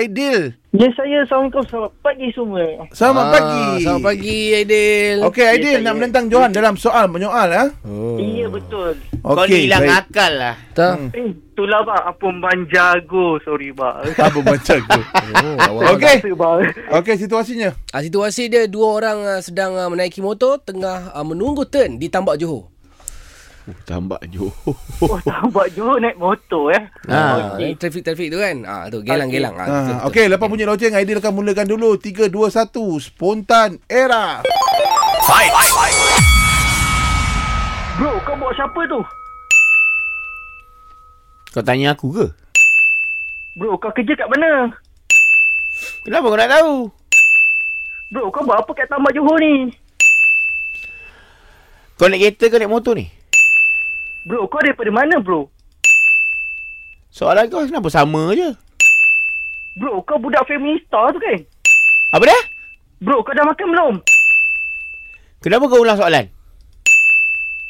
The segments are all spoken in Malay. Aidil. Ya saya Assalamualaikum Selamat pagi semua Selamat Ah, pagi. Selamat pagi Aidil. Okey, Aidil saya. nak menentang Johan dalam soal menyoal ah. Oh. Ya betul Okey. Kau ni hilang baik. akal lah. Tak. Hmm. Eh itulah bang Apa banjago Sorry bang Apa macam tu? Oh, awak- Okey. Rasa, bang Okey, situasinya. Ah, situasi dia dua orang ah, sedang ah, menaiki motor tengah ah, menunggu turn di Tambak Johor. Oh, tambak Johor. Oh tambak Johor naik motor eh Ah, Okey. trafik-trafik tu kan. Ah, tu gelang-gelang. Ah, betul, Ha, betul. okey, lepas bunyi loceng Aidil akan mulakan dulu 3 2 1 spontan era. Bro kau bawa siapa tu Kau tanya aku ke? Bro kau kerja kat mana Kenapa kau nak tahu? Bro kau buat apa kat tambak Johor ni Kau naik kereta ke naik motor ni? Bro kau daripada mana bro Soalan kau kenapa sama je? Bro kau budak feminista tu kan Apa dah? Bro kau dah makan belum Kenapa kau ulang soalan?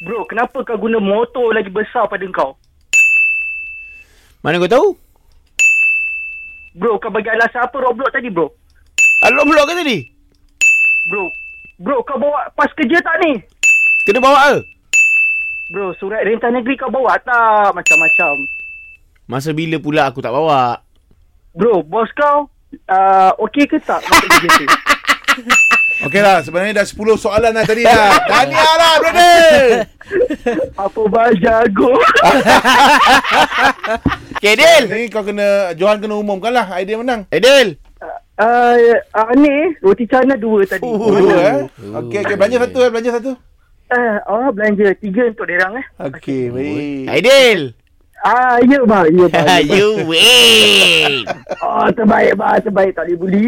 Bro kenapa kau guna motor lagi besar pada kau Mana kau tahu? Bro kau bagi alasan apa Roblox tadi bro Alok blok ke tadi? Bro Bro kau bawa pas kerja tak ni Kena bawa ke? Bro, surat rentah negeri kau bawa tak? Macam-macam. Masa bila pula aku tak bawa? Bro, bos kau uh, okey ke tak? masuk kerja tu? Okeylah, lah, sebenarnya dah 10 soalan dah tadi Ya, dah. Tahniah lah, brother. Apa bang jago? Okay, Adil! Ni kau kena Johan kena umumkan lah Aidil menang. Adil! uh, uh, ni, roti cana dua tadi. Uhuh. Oh, dua eh. Okey, okey belanja satu eh, belanja satu. Uh, oh, belanja tiga untuk derang eh. Okey, baik. Adil! Ah, ya bang, ya bang. you win! oh, terbaik bang, terbaik tak boleh buli.